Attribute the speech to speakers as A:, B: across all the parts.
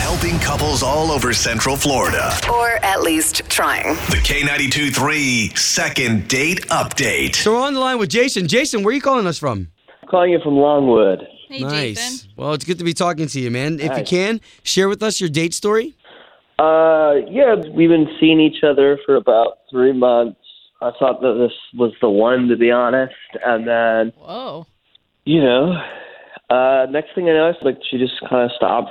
A: helping couples all over Central Florida.
B: Or at least trying.
A: The K92 3 second date update.
C: So we're on the line with Jason. Jason, where are you calling us from?
D: Calling you from Longwood.
E: Hey,
C: nice.
E: Jason.
C: Well, it's good to be talking to you, man. If you
D: Nice.
C: can, share with us your date story.
D: Uh, yeah, we've been seeing each other for about three months. I thought that this was the one, to be honest. And then,
E: Whoa.
D: you know, uh, next thing I know, it's like she just kind of stopped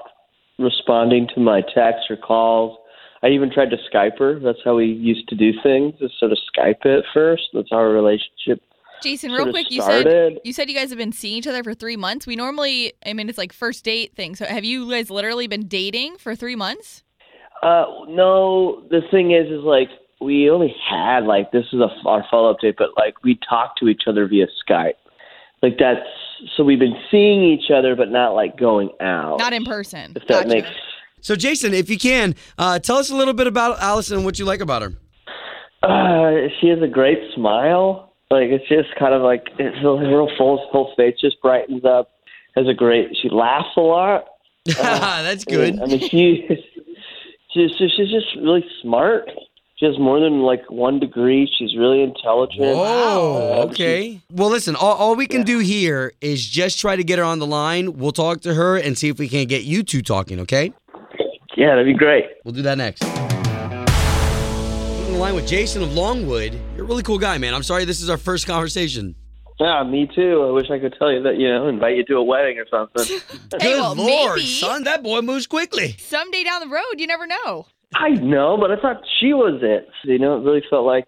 D: responding to my texts or calls. I even tried to Skype her. That's how we used to do things, is sort of Skype it first. That's how our relationship
E: Jason,
D: Sort
E: real
D: of
E: quick, you
D: started.
E: said you said you guys have been seeing each other for three months. We normally, I mean, it's like first date thing. So have you guys literally been dating for three months?
D: Uh, no, the thing is, is like we only had like this is a, our follow up date, but like we talked to each other via Skype. Like that's so we've been seeing each other, but not like going out.
E: Not in person.
D: if Oh, that
E: Gotcha.
D: makes.
C: So, Jason, if you can, uh, tell us a little bit about Allison and what you like about her.
D: Uh, she has a great smile. Like it's just kind of like it's her real full whole face just brightens up. Has a great. She laughs a lot.
C: That's good.
D: I mean, she, she's, she's just really smart. She has more than like one degree. She's really intelligent.
C: Oh,
D: Uh,
C: okay. Well, listen, all, all we can do here is just try to get her on the line. We'll talk to her and see if we can't get you two talking, okay?
D: Yeah, that'd be great.
C: We'll do that next. On the line with Jason of Longwood. You're a really cool guy, man. I'm sorry this is our first conversation.
D: Yeah, me too. I wish I could tell you that, you know, invite you to a wedding or something.
E: Hey,
C: Good
E: well,
C: lord,
E: maybe.
C: son, that boy moves quickly.
E: Someday down the road, you never know.
D: I know, but I thought she was it. You know, it really felt like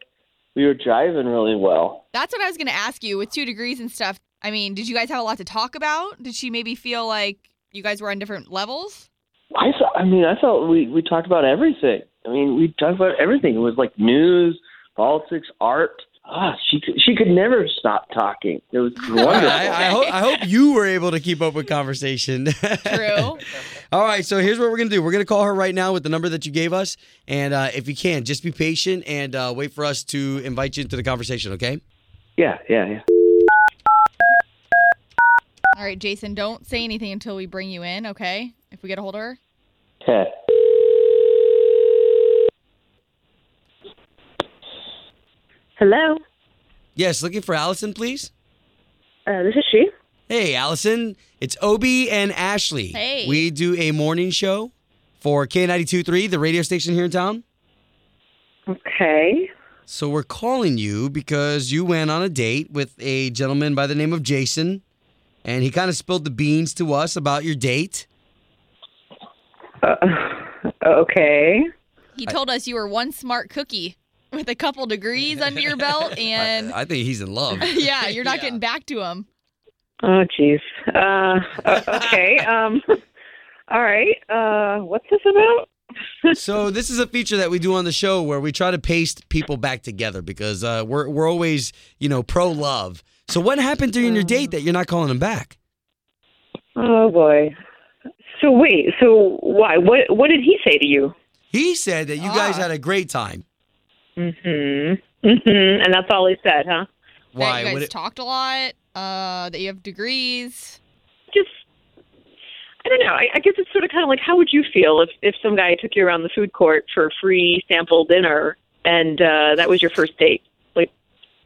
D: we were driving really well.
E: That's what I was going to ask you with two degrees and stuff. I mean, did you guys have a lot to talk about? Did she maybe feel like you guys were on different levels?
D: I thought, I mean, I thought we, we talked about everything. I mean, we talked about everything. It was like news, politics, art. Ah, she could, she could never stop talking. It was wonderful.
C: I, I, hope, I hope you were able to keep up with conversation.
E: True.
C: All right, so here's what we're gonna do. We're gonna call her right now with the number that you gave us, and uh, if you can, just be patient and uh, wait for us to invite you into the conversation. Okay?
D: yeah, yeah, yeah.
E: All right, Jason, don't say anything until we bring you in, okay? If we get a hold of her.
D: Okay.
F: Hello,
C: Yes. Looking for Allison, please.
F: uh, this is she.
C: Hey, Allison. It's Obi and Ashley.
E: Hey.
C: We do a morning show for K92.3, the radio station here in town.
F: Okay.
C: So we're calling you because you went on a date with a gentleman by the name of Jason, and he kind of spilled the beans to us about your date.
F: Uh, okay.
E: He told us you were one smart cookie with a couple degrees under your belt, and
C: I think he's in love.
E: yeah, you're not getting back to him.
F: Oh, jeez. Uh, o- okay. Um. All right. Uh, what's this about?
C: So this is a feature that we do on the show where we try to paste people back together because uh, we're we're always you know pro love. So what happened during your date that you're not calling him back?
F: Oh boy. So wait. So why? What? What did he say to you?
C: He said that you
E: Ah.
C: guys had a great time.
F: Mm-hmm. Mm-hmm. And that's all he said, huh?
E: That
C: Why?
E: you guys
C: Would it-
E: talked a lot. Uh, that you have degrees.
F: Just. I don't know. I, I guess it's sort of kind of like, how would you feel if if some guy took you around the food court for a free sample dinner, and uh, that was your first date? Like,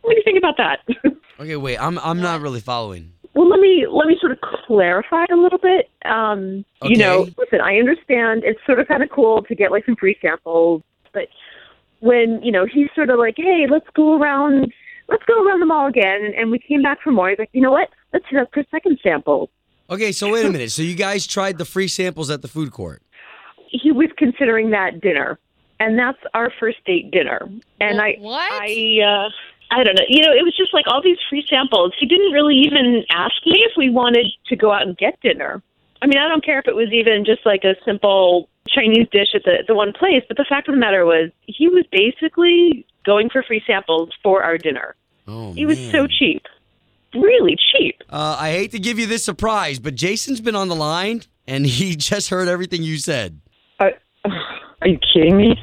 F: what do you think about that?
C: okay, wait. I'm I'm not really following.
F: Well, let me let me sort of clarify a little bit. Um, You know,
C: Okay.
F: listen, I understand it's sort of kind of cool to get like some free samples, but when you know he's sort of like, hey, let's go around, let's go around the mall again, and, and we came back for more. He's like, you know what? Let's hit up for a second sample.
C: Okay, so wait a minute. So you guys tried the free samples at the food court.
F: He was considering that dinner, and that's our first date dinner. And
E: Wh-
F: I
E: what?
F: I uh I don't know. You know, it was just like all these free samples. He didn't really even ask me if we wanted to go out and get dinner. I mean, I don't care if it was even just like a simple Chinese dish at the the one place, but the fact of the matter was he was basically going for free samples for our dinner.
C: Oh,
F: He was
C: man.
F: so cheap. Really cheap.
C: Uh, I hate to give you this surprise, but Jason's been on the line and he just heard everything you said.
F: Uh, are you kidding me?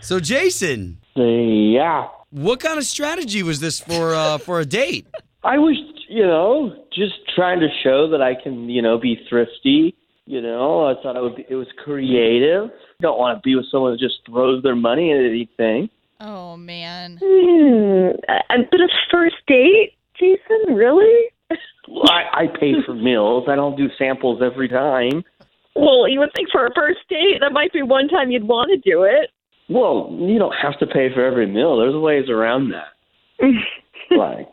C: So Jason,
D: Yeah.
C: what kind of strategy was this for uh, for a date?
D: I was, you know, just trying to show that I can, you know, be thrifty You know, I thought it would be, it was creative. Don't want to be with someone who just throws their money at anything.
E: Oh man.
F: Hmm. I- I'm but a first date, Jason. Really?
D: Well, I, I pay for meals. I don't do samples every time.
F: Well, you would think for a first date that might be one time you'd want to do it.
D: Well, you don't have to pay for every meal. There's ways around that. like,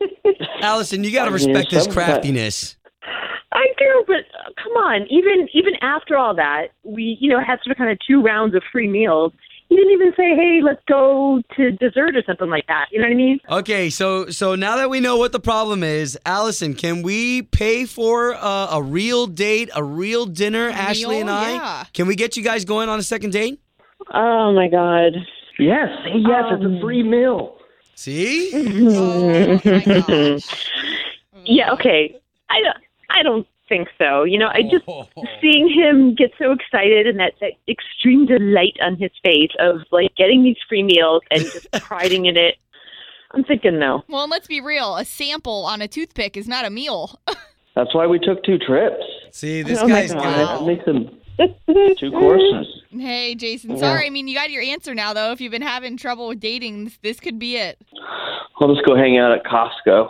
C: Allison, you got to
D: I mean,
C: respect his
D: sometimes-
C: craftiness.
F: I do, but uh, come on. Even even after all that, we you know had sort of kind of two rounds of free meals. You didn't even say, "Hey, let's go to dessert or something like that." You know what I mean?
C: Okay, so so now that we know what the problem is, Allison, can we pay for uh, a real date, a real dinner? Ashley and I,
E: yeah.
C: can we get you guys going on a second date?
F: Oh my god.
D: yes, say yes. it's a free meal.
C: See,
E: Oh my gosh.
F: Yeah. Okay. I don't. I don't think so. You know, I
C: Oh.
F: just seeing him get so excited and that that extreme delight on his face of like getting these free meals and just priding in it. I'm thinking no.
E: Well, and let's be real. A sample on a toothpick is not a meal.
D: That's why we took two trips.
C: see, this
F: Oh my
C: guy's
F: God.
C: got
D: That makes them two courses.
E: hey, Jason. Sorry. I mean, you got your answer now, though. If you've been having trouble with dating, this, this could be it.
D: I'll just go hang out at Costco.